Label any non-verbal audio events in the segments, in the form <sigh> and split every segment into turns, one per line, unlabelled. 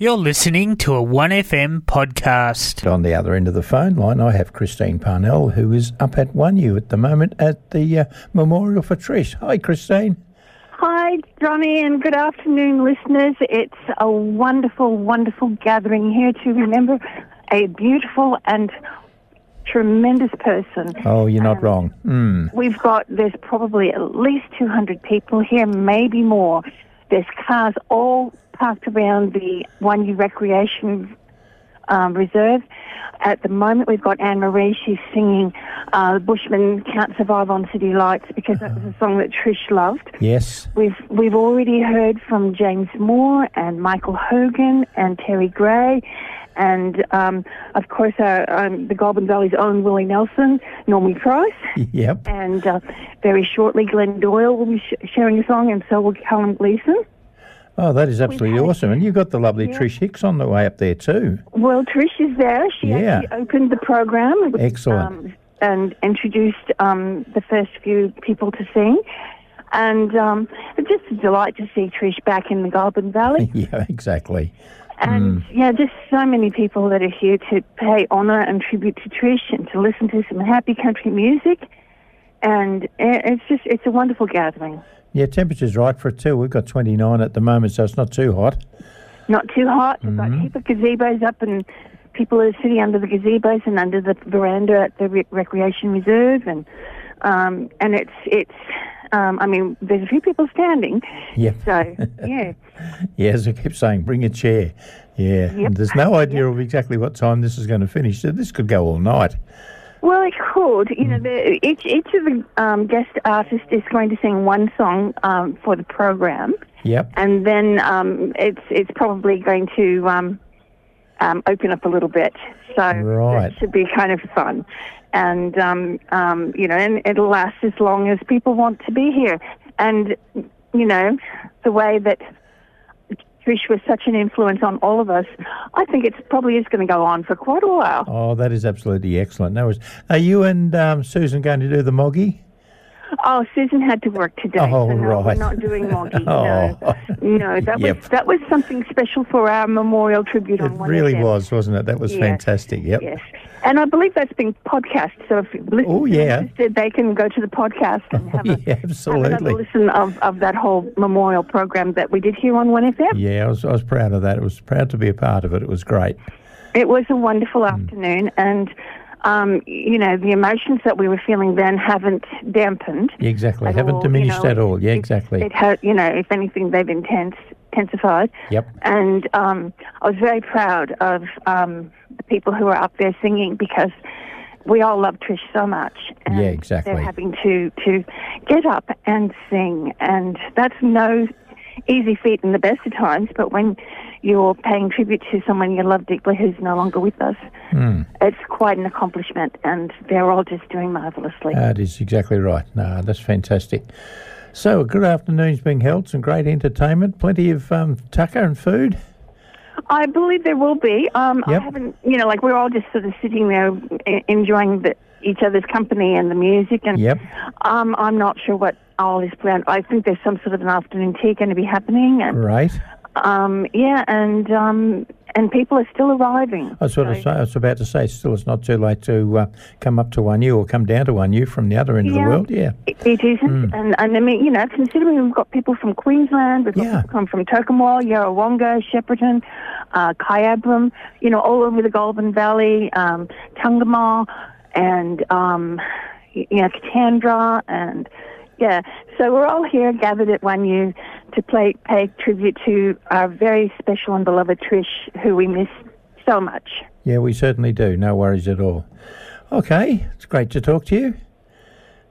You're listening to a 1FM podcast.
On the other end of the phone line, I have Christine Parnell, who is up at 1U at the moment at the uh, Memorial for Trish. Hi, Christine.
Hi, Johnny, and good afternoon, listeners. It's a wonderful, wonderful gathering here to remember a beautiful and tremendous person.
Oh, you're not wrong. Mm.
We've got, there's probably at least 200 people here, maybe more. There's cars all parked around the One U Recreation um, Reserve. At the moment, we've got Anne Marie. She's singing uh, Bushman Can't Survive on City Lights because that was a song that Trish loved.
Yes. <laughs>
We've we've already heard from James Moore and Michael Hogan and Terry Gray, and um, of course our, um, the Goulburn Valley's own Willie Nelson, Normie Price,
Yep.
and uh, very shortly Glenn Doyle will be sh- sharing a song, and so will Callum Gleeson.
Oh, that is absolutely
had-
awesome. And you got the lovely
Yeah.
Trish Hicks on the way up there, too.
Well, Trish is there. She
Yeah.
actually opened the program.
Excellent.
Um, and introduced um, the first few people to sing. And um, it's just a delight to see Trish back in the Goulburn Valley.
<laughs> yeah, exactly.
And yeah, just so many people that are here to pay honour and tribute to Trish and to listen to some happy country music. And i- it's just, it's a wonderful gathering.
Yeah, temperature's right for it, too. We've got 29 at the moment, so it's not too hot. <laughs>
Not too hot. We've got a heap of gazebos up and people are sitting under the gazebos and under the veranda at the re- recreation reserve. And, um, and it's, it's, um, I mean, there's a few people standing.
Yep.
So, yeah.
Yeah, as I keep saying, bring a chair. Yeah.
<laughs> Yep.
And there's no idea of exactly what time this is going to finish. So this could go all night.
Well, it could. You know, the, each each of the um, guest artists is going to sing one song um, for the program,
Yep.
and then um, it's it's probably going to um, um, open up a little bit. So
Right.
it should be kind of fun, and um, um, you know, and it'll last as long as people want to be here. And you know, the way that Trish was such an influence on all of us, I think it's probably is going to go on for quite a while.
Oh, that is absolutely excellent. No worries. Are you and um, Susan going to do the moggy?
Oh, Susan had to work today.
Oh,
so no, We're
right.
not
<laughs>
doing Moggy.
Oh.
No, no, that
Yep.
was that was something special for our memorial tribute
It
on one.
really
FM.
was, wasn't it? That was
Yeah.
fantastic. Yep. <laughs>
Yes, and I believe that's been podcast. So if listeners
Oh, yeah.
are interested, they can go to the podcast and have,
Yeah,
a, have another
absolutely.
listen of, of that whole memorial program that we did here on One FM.
Yeah, I was, I was proud of that. It was proud to be a part of it. It was great.
It was a wonderful
Hmm.
afternoon, and um, you know the emotions that we were feeling then haven't dampened.
Yeah, exactly.
At
Haven't
all, you
diminished
know,
at all. Yeah,
it-
exactly.
It ha- you know, if anything, they've intense, intensified.
Yep.
And um, I was very proud of um, the people who were up there singing because we all love Trish so much. And
Yeah, exactly.
They're having to, to get up and sing, and that's no easy feat in the best of times, but when you're paying tribute to someone you love deeply who's no longer with us,
Hmm.
it's quite an accomplishment, and they're all just doing marvellously.
That Ah, is exactly right. No, that's fantastic. So, a good afternoon's being held. Some great entertainment. Plenty of um, tucker and food.
I believe there will be. Um,
Yep.
I haven't, you know, like we're all just sort of sitting there e- enjoying the, each other's company and the music. And
Yep.
um, I'm not sure what all is planned. I think there's some sort of an afternoon tea going to be happening. And
Right.
um, yeah, and um, and people are still arriving.
That's what I was, I was about to say. Still, it's not too late to uh, come up to one U or come down to one U from the other end of the
Yeah.
world. Yeah.
It, it isn't, and, and I mean, you know, considering we've got people from Queensland, we've got
Yeah.
people come from Tokemwal, Yarrawonga, Shepparton, uh, Kyabram, you know, all over the Goulburn Valley, um, Tungamal, and um, y- you know, Katandra, and yeah, so we're all here gathered at One U to play, pay tribute to our very special and beloved Trish, who we miss so much.
Yeah, we certainly do. No worries at all. Okay, it's great to talk to you.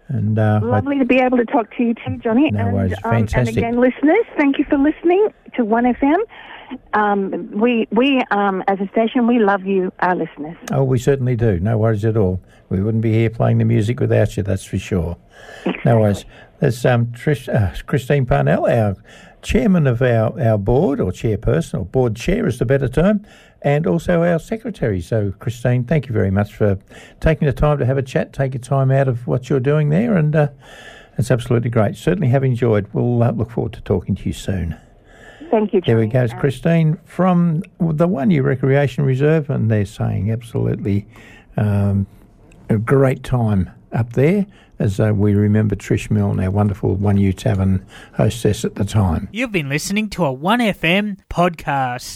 And uh, I-
Lovely to be able to talk to you too, Johnny.
No
and, um,
worries.
and
Fantastic.
again, listeners, thank you for listening to One FM. Um, we we um, as a station, we love you, our listeners.
oh, we certainly do. No worries at all. We wouldn't be here playing the music without you. That's for sure. No worries. That's um, Trish, uh, Christine Parnell, our chairman of our, our board, or chairperson, or board chair is the better term, and also our secretary. So, Christine, thank you very much for taking the time to have a chat, take your time out of what you're doing there, and uh, it's absolutely great. Certainly have enjoyed. We'll uh, look forward to talking to you soon.
Thank you,
There we
Jimmy.
goes Christine from the One Year Recreation Reserve, and they're saying absolutely um, a great time up there as uh, we remember Trish Milne, our wonderful One Year Tavern hostess at the time.
You've been listening to a 1FM podcast.